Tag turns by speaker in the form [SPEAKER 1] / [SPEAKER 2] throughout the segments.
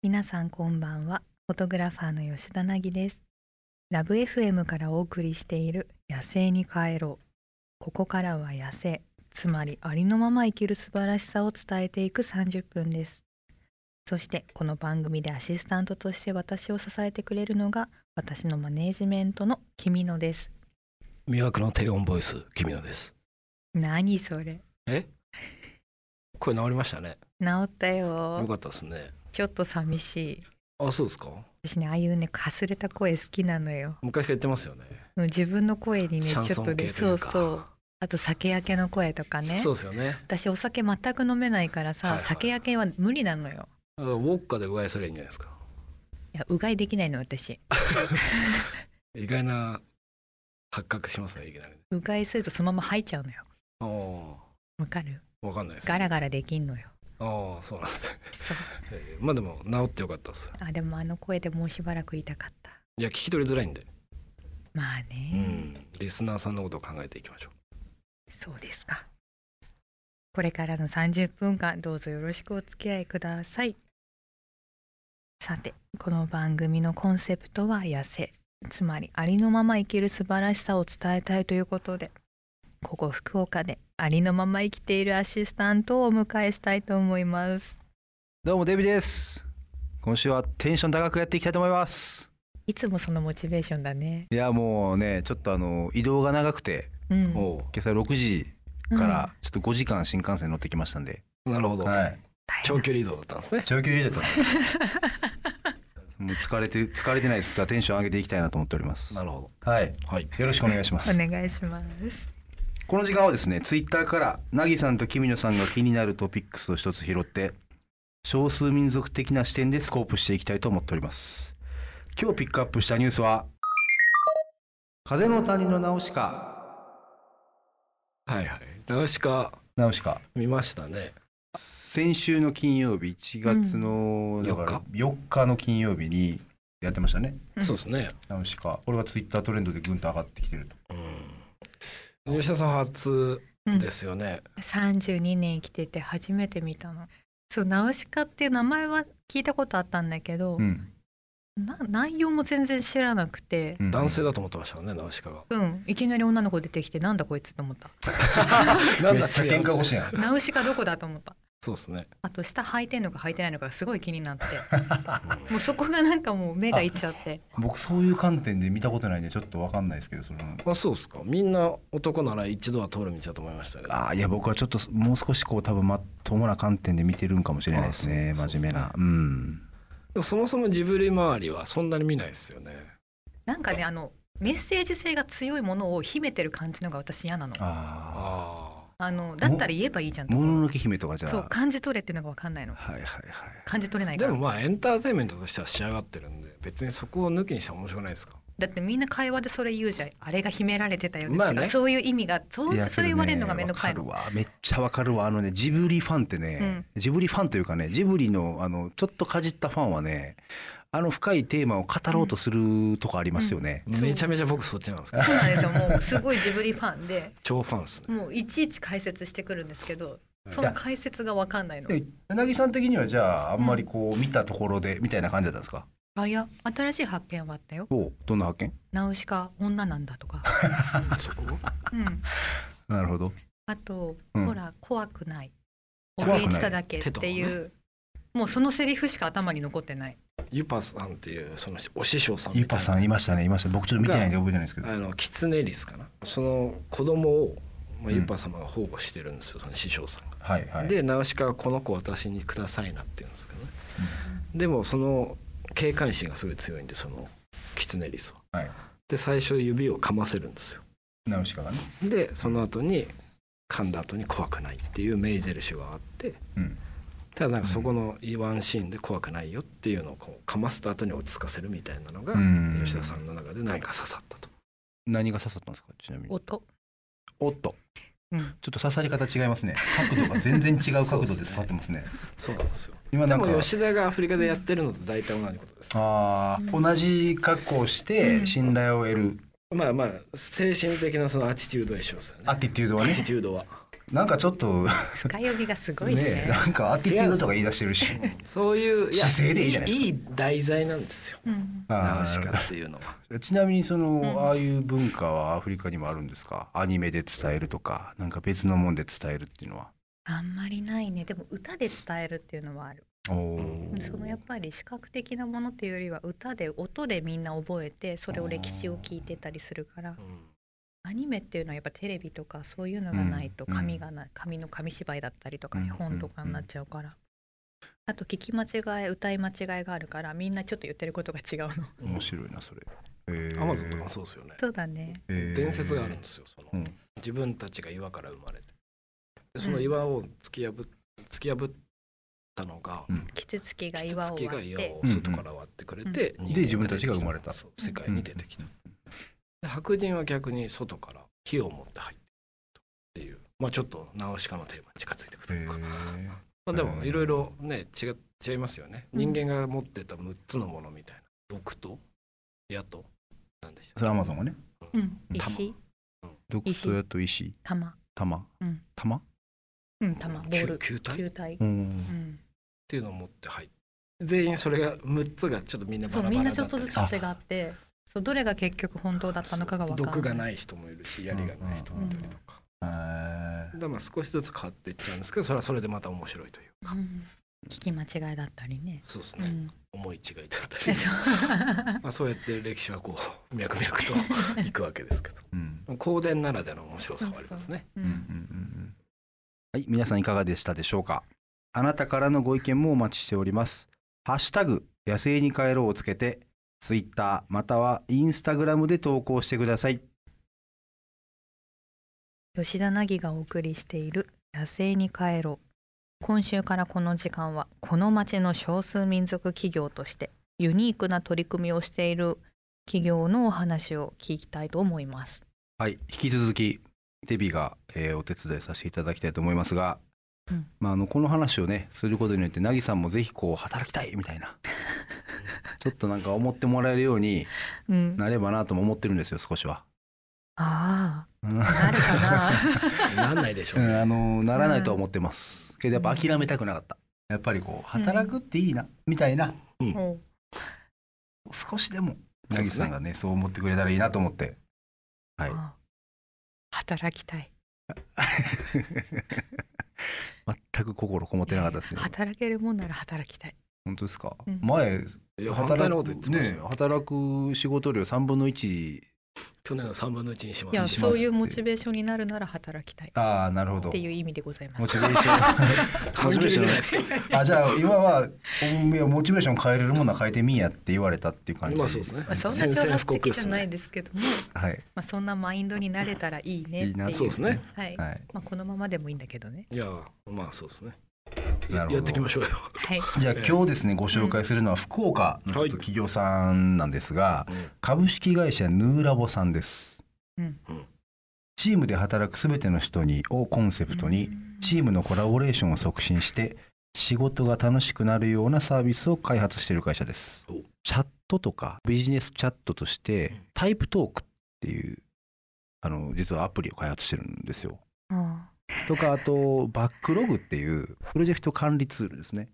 [SPEAKER 1] 皆さんこんばんはフォトグラファーの吉田凪ですラブ FM からお送りしている野生に帰ろうここからは野生つまりありのまま生きる素晴らしさを伝えていく30分ですそしてこの番組でアシスタントとして私を支えてくれるのが私のマネージメントの君野です
[SPEAKER 2] 魅惑の低音ボイス君のです
[SPEAKER 1] 何それ
[SPEAKER 2] これ治りましたね
[SPEAKER 1] 治った
[SPEAKER 2] よ
[SPEAKER 1] よ
[SPEAKER 2] かったですね
[SPEAKER 1] ちょっと寂しい
[SPEAKER 2] あそうですか
[SPEAKER 1] 私ねああいうねかすれた声好きなのよ
[SPEAKER 2] 昔から言ってますよね
[SPEAKER 1] もう自分の声にね
[SPEAKER 2] シ
[SPEAKER 1] ち
[SPEAKER 2] ャ
[SPEAKER 1] ょ
[SPEAKER 2] ン
[SPEAKER 1] っ
[SPEAKER 2] ソ
[SPEAKER 1] と
[SPEAKER 2] ン系とい
[SPEAKER 1] ね
[SPEAKER 2] うか
[SPEAKER 1] そうそうあと酒焼けの声とかね
[SPEAKER 2] そうですよね
[SPEAKER 1] 私お酒全く飲めないからさ、
[SPEAKER 2] はいはい
[SPEAKER 1] 酒焼けは無理なのよ
[SPEAKER 2] だからウォッカでうがいすればいいんじゃないですか
[SPEAKER 1] いやうがいできないの私
[SPEAKER 2] 意外な発覚しますねいきなりね
[SPEAKER 1] うがいするとそのまま吐いちゃうのよ
[SPEAKER 2] ああ
[SPEAKER 1] わかる
[SPEAKER 2] わかんないです、ね、
[SPEAKER 1] ガラガラできんのよ
[SPEAKER 2] ああそうなんですね、
[SPEAKER 1] そう
[SPEAKER 2] えーまあでも治ってよかったです
[SPEAKER 1] あでもあの声でもうしばらく言いたかった
[SPEAKER 2] いや聞き取りづらいんで
[SPEAKER 1] まあ
[SPEAKER 2] う
[SPEAKER 1] ね、
[SPEAKER 2] んリスナーさんのことを考えていきましょ
[SPEAKER 1] そうですかこれからの30分間どうぞよろしくお付き合いくださいさてこの番組のコンセプトは「痩せ」つまりありのまま生きる素晴らしさを伝えたいということでここ福岡でありのまま生きているアシスタントをお迎えしたいと思います
[SPEAKER 3] どうもデビです今週はテンション高くやっていきたいと思います
[SPEAKER 1] いつもそのモチベーションだね
[SPEAKER 3] いやもうねちょっとあの移動が長くて
[SPEAKER 1] うん
[SPEAKER 2] うお
[SPEAKER 3] 今朝6時
[SPEAKER 1] う
[SPEAKER 3] か
[SPEAKER 1] ん
[SPEAKER 3] らちょっと5時間新幹線乗ってきましたんで、
[SPEAKER 2] うなるほど、
[SPEAKER 3] はい
[SPEAKER 1] 大変
[SPEAKER 2] 長距離移動だったんですね
[SPEAKER 3] 長距離移動だった もう疲れて疲れてないですからテンション上げていきたいなと思っております
[SPEAKER 2] なるほ
[SPEAKER 3] はい
[SPEAKER 2] どはい
[SPEAKER 3] よろしくお願いします
[SPEAKER 1] お願いします
[SPEAKER 3] この時間はですねツイッターからなぎさんときみのさんが気になるトピックスを一つ拾って少数民族的な視点でスコープしていきたいと思っております今日ピックアップしたニュースは風の谷のナウシカ
[SPEAKER 2] はいはいナウシカ
[SPEAKER 3] ナウシカ
[SPEAKER 2] 見ましたね
[SPEAKER 3] 先週の金曜日1月
[SPEAKER 2] ん
[SPEAKER 3] の、だから
[SPEAKER 2] 4
[SPEAKER 3] 4日の金曜日にやってましたね
[SPEAKER 1] うん
[SPEAKER 2] そうですね
[SPEAKER 3] ナウシカこれがツイッタートレンドでぐんと上がってきてると
[SPEAKER 2] うん吉田さん初
[SPEAKER 1] うん
[SPEAKER 2] ですよね、
[SPEAKER 1] 32年生きてて初めて見たのそう「ナウシカ」っていう名前は聞いたことあったんだけど、
[SPEAKER 3] うん
[SPEAKER 1] な内容も全然知らなくて
[SPEAKER 3] うん
[SPEAKER 2] 男性だと思ってましたからねナウシカが
[SPEAKER 1] うんいきなり女の子出てきてなんだこいつと思った
[SPEAKER 2] な
[SPEAKER 3] めっちゃ喧嘩腰やん
[SPEAKER 1] ナウシカどこだと思った
[SPEAKER 2] そうですね
[SPEAKER 1] あと下履いてんのか履いてないのかがすごい気になっ てもうそこがなんかもう目がいっちゃって
[SPEAKER 3] 僕そういう観点で見たことないんでちょっとわかんないですけどその
[SPEAKER 2] あそうですかみんな男なら一度は通る道だと思いましたけど
[SPEAKER 3] あーいや僕はちょっともう少しこう多分まっともな観点で見てるんかもしれないですね
[SPEAKER 2] あそう
[SPEAKER 3] 真面目な,、
[SPEAKER 2] そう
[SPEAKER 3] ん
[SPEAKER 2] でもそもそもジブリ周りはそんなに見ないですよね
[SPEAKER 1] なんかねあのメッセージ性が強いものを秘めてる感じのが私嫌なの
[SPEAKER 3] あ
[SPEAKER 2] あ
[SPEAKER 1] あのだったら言えばいいじゃん
[SPEAKER 3] あもののけ姫とかじゃあ
[SPEAKER 1] そう感じ取れっていうのが分かんないの
[SPEAKER 3] はいはいはい
[SPEAKER 1] 感じ取れない
[SPEAKER 2] あ
[SPEAKER 1] か
[SPEAKER 2] で
[SPEAKER 1] ら
[SPEAKER 2] もまあエンターテインメントとしては仕上がってるんで別にそこを抜きにしたら面白くないですか
[SPEAKER 1] だってみんな会話でそれ言うじゃんあれが秘められてたよね,、
[SPEAKER 2] まあね
[SPEAKER 1] そういう意味がそう
[SPEAKER 3] いや
[SPEAKER 1] それ
[SPEAKER 3] けどね
[SPEAKER 1] 言われるのが面倒くさいの
[SPEAKER 3] わかるわめっちゃわかるわあのねジブリファンってね、ジブリファンというかねジブリのあのちょっとかじったファンはねあの深いテーマを語ろうとするとかありますよね、
[SPEAKER 1] そう
[SPEAKER 2] めちゃめちゃ僕そっちなんですけど
[SPEAKER 1] そうなんですよもうすごいジブリファンで
[SPEAKER 2] 超ファン ですね
[SPEAKER 1] もういちいち解説してくるんですけどその解説が分かんないの
[SPEAKER 3] で柳さん的にはじゃああんまりこう見たところでみたいな感じだったんですか、
[SPEAKER 1] あいや新しい発見はあったよ
[SPEAKER 3] おうどんな発見
[SPEAKER 1] ナウシカ女なんだとか、
[SPEAKER 2] そこ
[SPEAKER 1] うん、
[SPEAKER 3] なるほど
[SPEAKER 1] あと、
[SPEAKER 3] うん
[SPEAKER 1] ほら怖くないお
[SPEAKER 2] 怖くない
[SPEAKER 1] 礼に来ただけっていう、もうそのセリフしか頭に残ってない
[SPEAKER 2] ユパさんっていうそのお師匠さんみ
[SPEAKER 3] ゆ
[SPEAKER 2] たい
[SPEAKER 3] ぱ
[SPEAKER 2] な
[SPEAKER 3] さんいましたねいました僕ちょっと見てないんで覚えてないですけど
[SPEAKER 2] あのキツネリスかなその子供をまあ
[SPEAKER 3] うん
[SPEAKER 2] ユパ様が保護してるんですよ、その師匠さんが。
[SPEAKER 3] はいはい
[SPEAKER 2] でナウシカはこの子を私にくださいなって言うんですけどね、でもその警戒心がすごい強いんでそのキツネリスは。
[SPEAKER 3] はい
[SPEAKER 2] で最初指を噛ませるんですよ
[SPEAKER 3] ナウシカがね
[SPEAKER 2] でその後に噛んだ後に怖くないっていう名印があって
[SPEAKER 3] うん
[SPEAKER 2] ただなんかそこのワンシーンで怖くないよっていうのをこう噛ませた後に落ち着かせるみたいなのが
[SPEAKER 3] うん
[SPEAKER 2] 吉田さんの中で何か刺さったと。
[SPEAKER 3] 何が刺さったんですかちなみに
[SPEAKER 1] 音、
[SPEAKER 3] おっと
[SPEAKER 1] うん、
[SPEAKER 3] ちょっと刺さり方違いますね角度が全然違う角度で刺さってますね
[SPEAKER 2] そうなんですよ
[SPEAKER 3] 今
[SPEAKER 2] で
[SPEAKER 3] なん
[SPEAKER 2] も
[SPEAKER 3] か
[SPEAKER 2] 吉田がアフリカでやってるのと大体同じことです。
[SPEAKER 3] あー同じ格好をして信頼を得る
[SPEAKER 2] まあまあ精神的なそのアティチュードは一緒ですよね。
[SPEAKER 3] アティテュードは
[SPEAKER 2] ア
[SPEAKER 3] ね
[SPEAKER 2] ティチュードは。
[SPEAKER 3] なんかちょっと
[SPEAKER 1] 深読みがすごいね
[SPEAKER 3] ねなんかアティテュードとか言い出してるし
[SPEAKER 2] そういうや
[SPEAKER 3] 姿勢でいいじゃないですか
[SPEAKER 2] いい題材なんですよ
[SPEAKER 1] うん
[SPEAKER 3] あ
[SPEAKER 2] ナ
[SPEAKER 3] ー
[SPEAKER 2] ウシカっていうのは
[SPEAKER 3] ちなみにその、
[SPEAKER 1] ん
[SPEAKER 3] ああいう文化はアフリカにもあるんですかアニメで伝えるとかなんか別のもんで伝えるっていうのは
[SPEAKER 1] あんまりないねでも歌で伝えるっていうのはある
[SPEAKER 3] お
[SPEAKER 2] うん
[SPEAKER 1] そのやっぱり視覚的なものっていうよりは歌で音でみんな覚えてそれを歴史を聞いてたりするからアニメっていうのはやっぱテレビとかそういうのがないと
[SPEAKER 3] うん
[SPEAKER 1] 紙がない紙の紙芝居だったりとか
[SPEAKER 3] うん
[SPEAKER 1] 絵本とかになっちゃうからあと聞き間違え歌い間違いがあるからみんなちょっと言ってることが違うの
[SPEAKER 3] 面白いなそれえ
[SPEAKER 2] アマゾンとかもそうですよね
[SPEAKER 1] そうだね
[SPEAKER 3] えー
[SPEAKER 2] 伝説があるんですよその、
[SPEAKER 3] うん
[SPEAKER 2] 自分たちが岩から生まれてでその岩を突き破っ突き破ったのが
[SPEAKER 3] うん
[SPEAKER 1] キツツキが
[SPEAKER 2] キツ
[SPEAKER 1] 岩
[SPEAKER 2] ツ
[SPEAKER 1] を
[SPEAKER 2] キが
[SPEAKER 1] 割っ
[SPEAKER 2] 岩
[SPEAKER 1] て
[SPEAKER 2] を外から割ってくれて、人間が出てき
[SPEAKER 3] で自分たちが生まれた
[SPEAKER 2] そう世界に出てきた、で白人は逆に外から火を持って入ってくるっていうまあちょっとナウシカのテーマに近づいてくるというか、
[SPEAKER 3] え
[SPEAKER 2] まあ、でもいろいろね違違いますよね
[SPEAKER 1] うん
[SPEAKER 2] 人間が持ってた6つのものみたいな毒と矢と何でし
[SPEAKER 3] ー
[SPEAKER 2] た
[SPEAKER 3] それアマゾンはね
[SPEAKER 1] うん石
[SPEAKER 3] 独
[SPEAKER 1] 石
[SPEAKER 3] ソやと石
[SPEAKER 1] 玉
[SPEAKER 3] 玉
[SPEAKER 1] うん
[SPEAKER 3] 玉
[SPEAKER 1] うん玉ボール
[SPEAKER 2] 球球体っ
[SPEAKER 1] 球体
[SPEAKER 3] うん
[SPEAKER 1] うん
[SPEAKER 2] ていうのを持って入って全員それが6つがちょっとみんなバ
[SPEAKER 1] そ
[SPEAKER 2] ラ
[SPEAKER 1] う
[SPEAKER 2] バラ
[SPEAKER 1] みんな
[SPEAKER 2] だっ
[SPEAKER 1] ち
[SPEAKER 2] た
[SPEAKER 1] ょっとず
[SPEAKER 2] り
[SPEAKER 1] つ
[SPEAKER 2] する
[SPEAKER 1] 違ってそうどれが結局本当だったのかが分か
[SPEAKER 2] 毒が
[SPEAKER 1] んない
[SPEAKER 2] ない人もいるし槍がない人もいたりとか、
[SPEAKER 3] えー
[SPEAKER 2] だからまあ少しずつ変わっていっちゃうんですけどそれはそれでまた面白いという
[SPEAKER 1] うん聞き間違いだったりね。
[SPEAKER 2] そうです
[SPEAKER 1] う
[SPEAKER 2] ね、
[SPEAKER 1] ん、
[SPEAKER 2] 思い違いだった
[SPEAKER 1] そう
[SPEAKER 2] りまあそうやって歴史はこう脈々 といくわけですけど
[SPEAKER 3] うん
[SPEAKER 2] 香典ならでの面白さはありますね
[SPEAKER 1] う
[SPEAKER 3] うんうん
[SPEAKER 1] ん
[SPEAKER 3] うんはい、皆さんいかがでしたでしょうか。あなたからのご意見もお待ちしております。ハッシュタグ野生に帰ろうをつけて、ツイッターまたはインスタグラムで投稿してください。
[SPEAKER 1] 吉田凪がお送りしている「野生に帰ろう」今週からこの時間はこの町の少数民族企業としてユニークな取り組みをしている企業のお話を聞きたいと思います。
[SPEAKER 3] はい、引き続きデビが、えーお手伝いさせていただきたいと思いますが、
[SPEAKER 1] うん
[SPEAKER 3] まああのこの話をねすることによってなぎさんもぜひこう働きたいみたいな。ちょっとなんか思ってもらえるように
[SPEAKER 1] うん、
[SPEAKER 3] なればなとも思ってるんですよ少しは。
[SPEAKER 1] あ
[SPEAKER 3] うん
[SPEAKER 1] あなるかな
[SPEAKER 2] な んないでしょ
[SPEAKER 3] う
[SPEAKER 2] うね、
[SPEAKER 3] ん、あのならないとは思ってます、けどやっぱ諦めたくなかったやっぱりこう働くっていいな、みたいな
[SPEAKER 1] おう
[SPEAKER 3] 少しで
[SPEAKER 2] そ
[SPEAKER 3] も
[SPEAKER 2] う
[SPEAKER 3] な
[SPEAKER 2] で
[SPEAKER 3] ぎ
[SPEAKER 2] すね
[SPEAKER 3] さんがねそう思ってくれたらいいなと思ってはい
[SPEAKER 1] ああ働きたい
[SPEAKER 3] 全く心こもってなかったですね
[SPEAKER 1] 働けるもんなら働きたい。
[SPEAKER 3] 本当ですか、
[SPEAKER 1] うん
[SPEAKER 3] 前
[SPEAKER 2] いや反対のこと言ってました
[SPEAKER 3] ね
[SPEAKER 2] よ、
[SPEAKER 3] 働く仕事量3分の1
[SPEAKER 2] 去年の3分の1にしま
[SPEAKER 1] いや
[SPEAKER 2] すしま
[SPEAKER 1] そ
[SPEAKER 2] す
[SPEAKER 1] ういうモチベーションになるなら働きたいっ
[SPEAKER 3] ああなるほど
[SPEAKER 1] ていう意味でございます。
[SPEAKER 3] モチベーシ ョンモ
[SPEAKER 2] 関
[SPEAKER 3] チベ
[SPEAKER 2] 係
[SPEAKER 3] ーシ
[SPEAKER 2] じゃないで
[SPEAKER 3] ョ
[SPEAKER 2] すか
[SPEAKER 3] ンあじゃあ今はおいやモチベーション変えれるものは変えてみんやって言われたっていう感じ
[SPEAKER 2] 今そうですね
[SPEAKER 1] まあ、そんな
[SPEAKER 2] 宣
[SPEAKER 1] 挑
[SPEAKER 2] 戦
[SPEAKER 1] 発
[SPEAKER 2] 布告
[SPEAKER 1] 的
[SPEAKER 2] で
[SPEAKER 1] じゃ
[SPEAKER 2] す
[SPEAKER 1] ない
[SPEAKER 2] ね
[SPEAKER 1] ですけども、
[SPEAKER 3] はい
[SPEAKER 1] まあ、そんなマインドになれたらいいねっていう
[SPEAKER 3] いいな
[SPEAKER 2] そうですね
[SPEAKER 1] はい、
[SPEAKER 3] はい
[SPEAKER 1] まあ、このままでもいいんだけどね
[SPEAKER 2] いやまあそうですね
[SPEAKER 3] なる
[SPEAKER 2] や
[SPEAKER 3] ほど
[SPEAKER 2] っていきましょうよ、
[SPEAKER 1] はい
[SPEAKER 3] じゃあ今日ですねご紹介するのは福岡のちょっと企業さんなんですが、株式会社ヌーラボさんです
[SPEAKER 1] うん
[SPEAKER 3] チームで働くすべての人にをコンセプトにチームのコラボレーションを促進して仕事が楽しくなるようなサービスを開発している会社です
[SPEAKER 2] お
[SPEAKER 3] チャットとかビジネスチャットとして
[SPEAKER 2] うん
[SPEAKER 3] タイプトークっていうあの実はアプリを開発してるんですよ
[SPEAKER 1] あ
[SPEAKER 3] とかあとバックログっていうプロジェクト管理ツールですね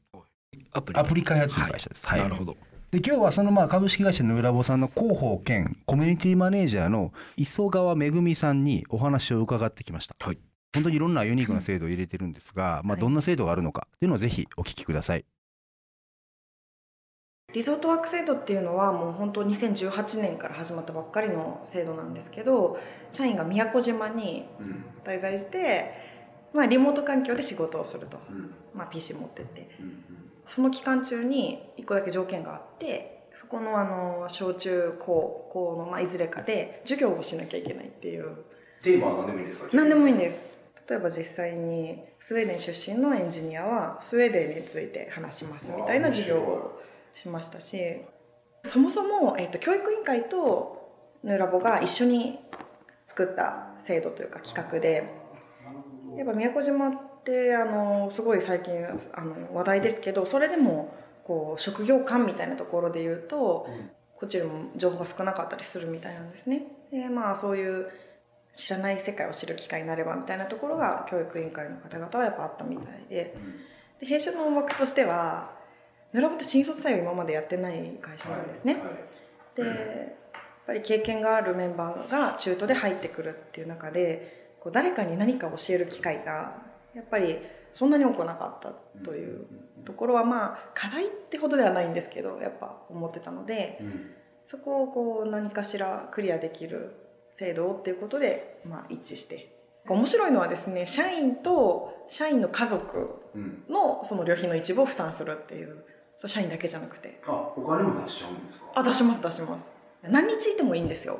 [SPEAKER 2] アプリ
[SPEAKER 3] アプリ開発する会社です、
[SPEAKER 2] はい、
[SPEAKER 3] はい
[SPEAKER 2] なるほど
[SPEAKER 3] で今日はそのまあ株式会社のラボさんの広報兼コミュニティマネージャーの磯川めぐみさんにお話を伺ってきました、
[SPEAKER 2] はい
[SPEAKER 3] 本当にいろんなユニークな制度を入れてるんですが、まあ、
[SPEAKER 1] はい
[SPEAKER 3] どんな制度があるのかっていうのをぜひお聞きください、
[SPEAKER 4] リゾートワーク制度っていうのはもう本当2018年から始まったばっかりの制度なんですけど社員が宮古島に滞在して、まあ、リモート環境で仕事をすると、まあ、PC 持ってってその期間中に1個だけ条件があってそこのあの小中高校のまあいずれかで授業をしなきゃいけないっていう
[SPEAKER 3] テーマは何でもいいですか
[SPEAKER 4] 何でもいいんです例えば実際にスウェーデン出身のエンジニアはスウェーデンについて話しますみたいな授業をしましたしそもそも、えっと教育委員会とヌーラボが一緒に作った制度というか企画でやっぱ宮古島ってあのすごい最近あの話題ですけどそれでもこう職業観みたいなところで言うと、こっちよりも情報が少なかったりするみたいなんですね。でまあそういう知らない世界を知る機会になればみたいなところが教育委員会の方々はやっぱあったみたいでで弊社の思惑としては並べて新卒採用を今までやってない会社なんですね。でやっぱり経験があるメンバーが中途で入ってくるっていう中でこう誰かに何か教える機会がやっぱりそんなに多くなかったというところはまあ課題ってほどではないんですけどやっぱ思ってたのでそこをこう何かしらクリアできる制度をっていうことでまあ一致して面白いのはですね社員と社員の家族のその旅費の一部を負担するっていうそう社員だけじゃなくて
[SPEAKER 3] あお金も出しちゃうんですか
[SPEAKER 4] あ出します出します何日いてもいいんですよ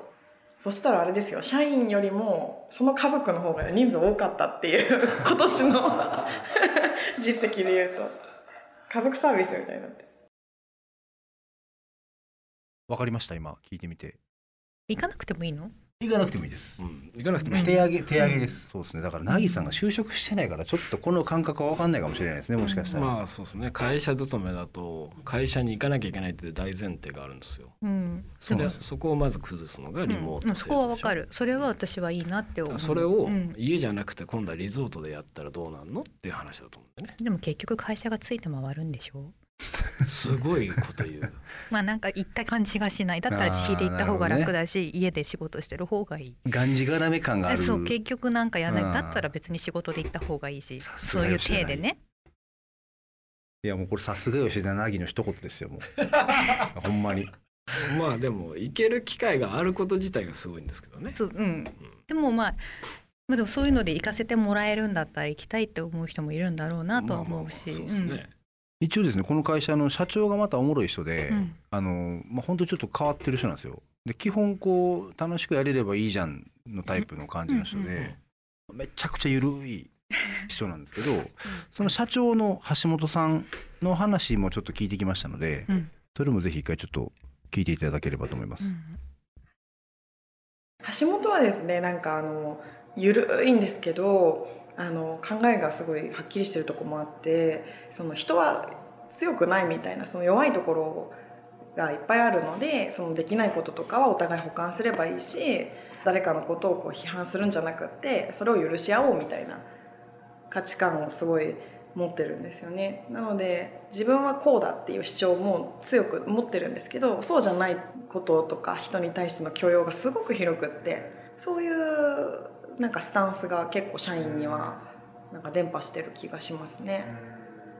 [SPEAKER 4] そしたらあれですよ社員よりもその家族の方が人数多かったっていう今年の 実績で言うと家族サービスみたいになって
[SPEAKER 3] わかりました今聞いてみて
[SPEAKER 1] 行かなくてもいいの
[SPEAKER 3] 行かなくてもいいです
[SPEAKER 2] うん、行かなくてもいい、
[SPEAKER 3] 手上げ手上げです、そうですねだから凪さんが就職してないからちょっとこの感覚は分かんないかもしれないですねもしかしたら、
[SPEAKER 2] まあそうですね会社勤めだと会社に行かなきゃいけないって大前提があるんですよ
[SPEAKER 1] うん
[SPEAKER 3] そうな
[SPEAKER 2] で
[SPEAKER 3] んですよ
[SPEAKER 2] そこをまず崩すのがリモート制度でしょ、
[SPEAKER 1] うんそこはわかるそれは私はいいなって思う
[SPEAKER 2] それを
[SPEAKER 1] うん
[SPEAKER 2] 家じゃなくて今度はリゾートでやったらどうなんのっていう話だと思うんでね
[SPEAKER 1] でも結局会社がついて回るんでしょ
[SPEAKER 2] すごいこと言う
[SPEAKER 1] まあなんか行った感じがしないだったら自費で行った方が楽だし、家で仕事してる方がいい
[SPEAKER 3] がんじがらめ感がある
[SPEAKER 1] そう結局なんかやらない
[SPEAKER 3] うん
[SPEAKER 1] だったら別に仕事で行った方がいいし
[SPEAKER 3] さす
[SPEAKER 1] そ
[SPEAKER 3] が
[SPEAKER 1] ういう
[SPEAKER 3] 吉田
[SPEAKER 1] 体でね
[SPEAKER 3] いやもうこれさすが吉田凪の一言ですよも うほんまに
[SPEAKER 2] まあでも行ける機会があること自体がすごいんですけどね
[SPEAKER 1] そう、うん、でもまあまあでもそういうので行かせてもらえるんだったら行きたいって思う人もいるんだろうなとは思うし
[SPEAKER 2] まあまあまあそうですね、
[SPEAKER 3] 一応ですねこの会社の社長がまたおもろい人で、
[SPEAKER 1] うん
[SPEAKER 3] あのまあ本当ちょっと変わってる人なんですよで基本こう楽しくやれればいいじゃんのタイプの感じの人
[SPEAKER 1] うんうんうん
[SPEAKER 3] でめちゃくちゃゆるい人なんですけどその社長の橋本さんの話もちょっと聞いてきましたので
[SPEAKER 1] うん
[SPEAKER 3] それもぜひ一回ちょっと聞いていただければと思いま
[SPEAKER 1] う
[SPEAKER 3] す、
[SPEAKER 1] ん
[SPEAKER 4] 橋本はですねなんかあのゆるいんですけどあの考えがすごいはっきりしてるとこもあってその人は強くないみたいなその弱いところがいっぱいあるのでそのできないこととかはお互い補完すればいいし誰かのことをこう批判するんじゃなくってそれを許し合おうみたいな価値観をすごい持ってるんですよねなので自分はこうだっていう主張も強く持ってるんですけどそうじゃないこととか人に対しての許容がすごく広くってそういうなんかスタンスが結構社員にはなんか伝播してる気がしますね。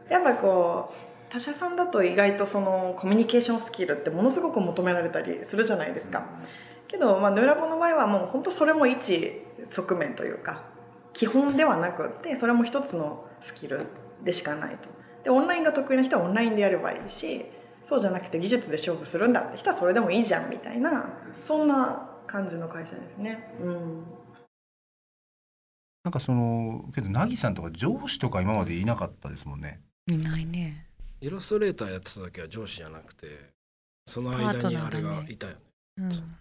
[SPEAKER 4] やっぱりこう他社さんだと意外とそのコミュニケーションスキルってものすごく求められたりするじゃないですか。けど、まあ、ヌーラボの場合はもう本当それも一側面というか基本ではなくってそれも一つのスキルでしかないとでオンラインが得意な人はオンラインでやればいいしそうじゃなくて技術で勝負するんだって人はそれでもいいじゃんみたいなそんな感じの会社ですね。うん
[SPEAKER 3] なんかそのけど凪さんとか上司とか今までいなかったですもんね
[SPEAKER 1] いないね
[SPEAKER 2] イラストレーターやってた時は上司じゃなくてその間にあれがいたよね
[SPEAKER 1] うん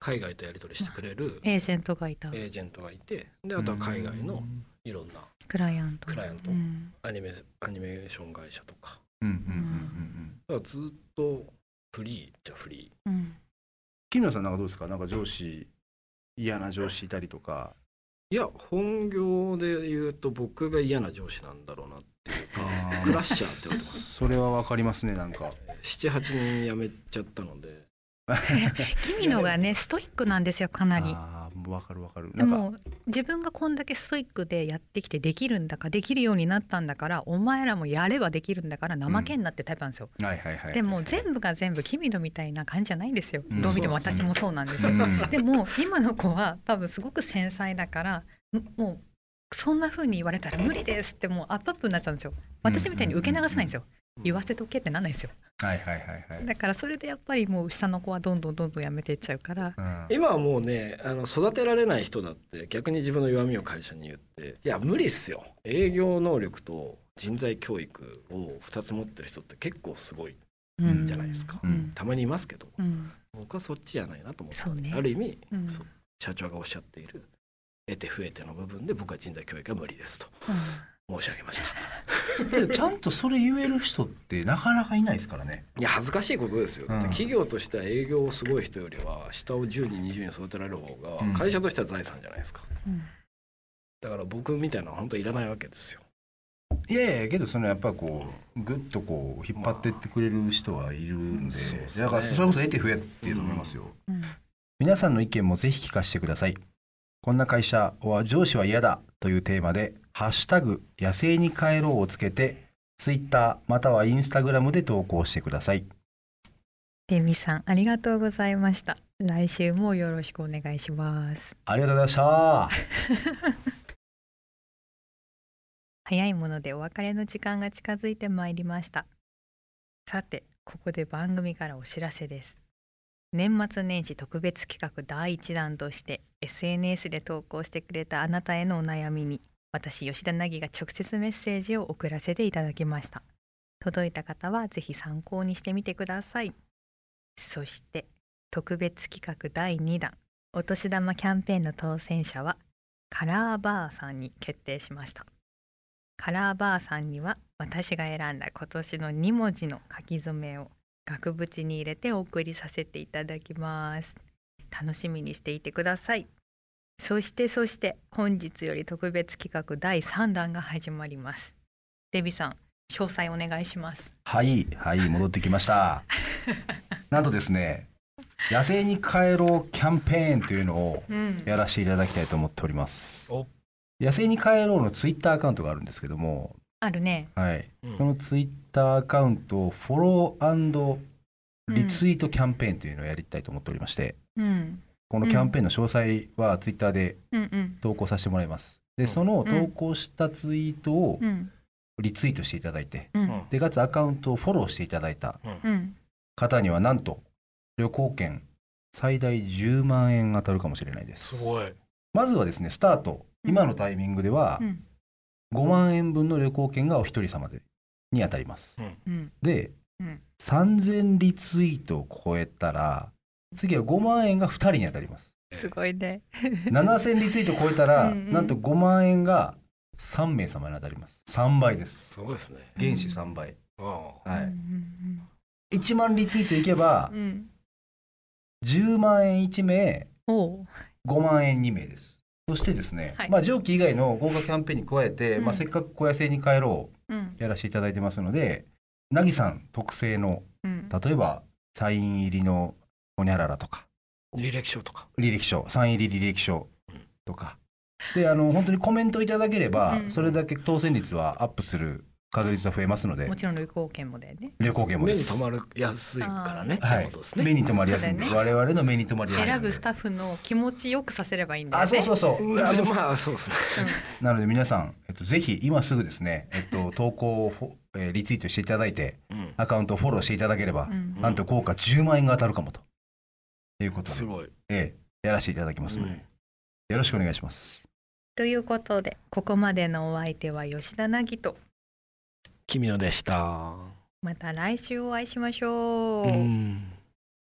[SPEAKER 2] 海外とやり取りしてくれる
[SPEAKER 1] エージェントがいた
[SPEAKER 2] エージェントがいてであとは海外のいろんな
[SPEAKER 1] クライアント
[SPEAKER 2] クライアント
[SPEAKER 1] うん
[SPEAKER 2] アニメアニメーション会社とか
[SPEAKER 3] うんうんうんうんうん
[SPEAKER 2] だからずっとフリーじゃフリ
[SPEAKER 1] うん
[SPEAKER 3] 木村さんなんかどうですかなんか上司嫌な上司いたりとか
[SPEAKER 2] ーいや本業で言うと僕が嫌な上司なんだろうなっていうか
[SPEAKER 3] あー
[SPEAKER 2] クラッシャーって言われてます
[SPEAKER 3] それはわかりますねなんか
[SPEAKER 2] 78人辞めちゃったので
[SPEAKER 1] 君のがねストイックなんですよかなり
[SPEAKER 3] ああわかるわかる
[SPEAKER 1] で
[SPEAKER 3] なんか
[SPEAKER 1] も自分がこんだけストイックでやってきてできるんだかできるようになったんだからお前らもやればできるんだから怠けんなってタイプなんですよ、
[SPEAKER 3] はいはいはい
[SPEAKER 1] でも全部が全部君のみたいな感じじゃないんですよ、
[SPEAKER 3] うん
[SPEAKER 1] どう見ても
[SPEAKER 2] そう
[SPEAKER 1] 私もそうなんですよ、
[SPEAKER 3] うん
[SPEAKER 1] でも今の子は多分すごく繊細だからんもうそんな風に言われたら無理ですってもうアップアップになっちゃうんですよ私みたいに受け流せないんですよ、言わせとけってなんないんですよ
[SPEAKER 3] はいはいはいはい
[SPEAKER 1] だからそれでやっぱりもう下の子はどんどんどんどんやめていっちゃうから
[SPEAKER 3] うん
[SPEAKER 2] 今はもうねあの育てられない人だって逆に自分の弱みを会社に言っていや無理っすよ営業能力と人材教育を2つ持ってる人って結構すごい
[SPEAKER 3] うん
[SPEAKER 2] じゃないですか
[SPEAKER 1] うん
[SPEAKER 2] たまにいますけど
[SPEAKER 1] うん
[SPEAKER 2] 僕はそっちじゃないなと思って
[SPEAKER 1] そうね
[SPEAKER 2] ある意味、
[SPEAKER 1] うん
[SPEAKER 2] そう社長がおっしゃっている得て増えての部分で僕は人材教育は無理ですと
[SPEAKER 1] うん
[SPEAKER 2] 申し上げました
[SPEAKER 3] けどちゃんとそれ言える人ってなかなかいないですからね
[SPEAKER 2] いや恥ずかしいことですよ、だって
[SPEAKER 3] うん
[SPEAKER 2] 企業としては営業をすごい人よりは下を10人20人育てられる方が
[SPEAKER 3] うん
[SPEAKER 2] 会社としては財産じゃないですか、だから僕みたいなのは本当いらないわけですよ
[SPEAKER 3] いやいやけどそのやっぱこうぐっとこう引っ張ってってくれる人はいるんで、
[SPEAKER 2] そうっすね
[SPEAKER 3] だからそれこそ得て増えっていうと思いますよ、
[SPEAKER 1] うん
[SPEAKER 3] 皆さんの意見もぜひ聞かせてくださいこんな会社は上司は嫌だというテーマで「ハッシュタグ野生に帰ろう」をつけてツイッターまたはインスタグラムで投稿してください
[SPEAKER 1] デミさんありがとうございました来週もよろしくお願いします
[SPEAKER 3] ありがとうございました
[SPEAKER 1] 早いものでお別れの時間が近づいてまいりましたさてここで番組からお知らせです年末年始特別企画第1弾として SNS で投稿してくれたあなたへのお悩みに私吉田凪が直接メッセージを送らせていただきました届いた方はぜひ参考にしてみてくださいそして特別企画第2弾お年玉キャンペーンの当選者はカラーバーさんに決定しましたカラーバーさんには私が選んだ今年の2文字の書き初めを額縁に入れてお送りさせていただきます楽しみにしていてくださいそしてそして本日より特別企画第3弾が始まりますデビさん詳細お願いします
[SPEAKER 3] はいはい戻ってきましたなんとですね「野生に帰ろう」キャンペーンというのを
[SPEAKER 1] うん
[SPEAKER 3] やらせていただきたいと思っております
[SPEAKER 2] お
[SPEAKER 3] 野生に帰ろうのツイッターアカウントがあるんですけども
[SPEAKER 1] あるね
[SPEAKER 3] はい、
[SPEAKER 2] うん
[SPEAKER 3] そのツイッターアカウントをフォローリツイートキャンペーンというのをやりたいと思っておりまして、
[SPEAKER 1] うん
[SPEAKER 3] このキャンペーンの詳細はツイッターで
[SPEAKER 1] うんうん
[SPEAKER 3] 投稿させてもらいます。
[SPEAKER 2] う
[SPEAKER 3] で、
[SPEAKER 2] ん
[SPEAKER 3] その投稿したツイートを
[SPEAKER 1] うん
[SPEAKER 3] リツイートしていただいて、
[SPEAKER 1] う
[SPEAKER 2] うんん
[SPEAKER 3] で、かつアカウントをフォローしていただいた
[SPEAKER 1] うん
[SPEAKER 3] 方には、なんと旅行券最大10万円当たるかもしれないです。
[SPEAKER 2] すごい
[SPEAKER 3] まずはですね、スタート、
[SPEAKER 1] うん
[SPEAKER 3] 今のタイミングでは
[SPEAKER 1] うん
[SPEAKER 3] 5万円分の旅行券がお一人様でに当たります。
[SPEAKER 1] うん
[SPEAKER 3] で、
[SPEAKER 1] うん
[SPEAKER 3] 3000リツイートを超えたら次は5万円が2人に当たります
[SPEAKER 1] すごいね
[SPEAKER 3] 7000リツイート超えたら
[SPEAKER 1] うんうん
[SPEAKER 3] なんと5万円が3名様に当たります3倍です
[SPEAKER 2] すごいですね
[SPEAKER 3] 原資3倍、
[SPEAKER 2] ああ
[SPEAKER 3] は
[SPEAKER 1] うん
[SPEAKER 3] い、1万リツイートいけば
[SPEAKER 1] うんうんうん
[SPEAKER 3] 10万円1名
[SPEAKER 1] おう
[SPEAKER 3] 5万円2名ですそしてですね、
[SPEAKER 1] はい
[SPEAKER 3] まあ、上記以外の豪華キャンペーンに加えて、
[SPEAKER 1] うん
[SPEAKER 3] まあ、せっかく小野生に帰ろ
[SPEAKER 1] うん
[SPEAKER 3] うやらせていただいてますのでなぎさん特製の
[SPEAKER 1] うん
[SPEAKER 3] 例えばサイン入りのホニャララとか
[SPEAKER 2] 履歴書とか
[SPEAKER 3] 履歴書サイン入り履歴書とか、であの本当にコメントいただければ、
[SPEAKER 1] うん
[SPEAKER 3] それだけ当選率はアップする確率は増えますので
[SPEAKER 1] もちろん旅行券もだよね
[SPEAKER 3] 旅行券も
[SPEAKER 2] 目
[SPEAKER 3] で
[SPEAKER 2] に
[SPEAKER 3] す
[SPEAKER 2] 留まる安いからねって
[SPEAKER 3] はい
[SPEAKER 2] ことですね、
[SPEAKER 3] 目に留まりやすいんで、
[SPEAKER 1] そうだ
[SPEAKER 3] 我々の目に留まりやすい
[SPEAKER 1] 選ぶス
[SPEAKER 3] ッ
[SPEAKER 1] タッフの気持ちよくさせればいいんだよね
[SPEAKER 3] あそうそうそう、
[SPEAKER 2] うん
[SPEAKER 3] あの
[SPEAKER 2] まあそうですね
[SPEAKER 3] なので皆さん、えっと、ぜひ今すぐですね、えっと、投稿をフォ、えーリツイートしていただいて
[SPEAKER 2] うん
[SPEAKER 3] アカウントをフォローしていただければ
[SPEAKER 1] う、ん
[SPEAKER 3] なんと効果10万円が当たるかもということ
[SPEAKER 2] す
[SPEAKER 3] で、
[SPEAKER 2] ごい、
[SPEAKER 3] ええやらせていただきますので、よろしくお願いします。
[SPEAKER 1] ということでここまでのお相手は吉田凪と
[SPEAKER 2] 君のでした
[SPEAKER 1] また来週お会いしましょう。
[SPEAKER 2] うん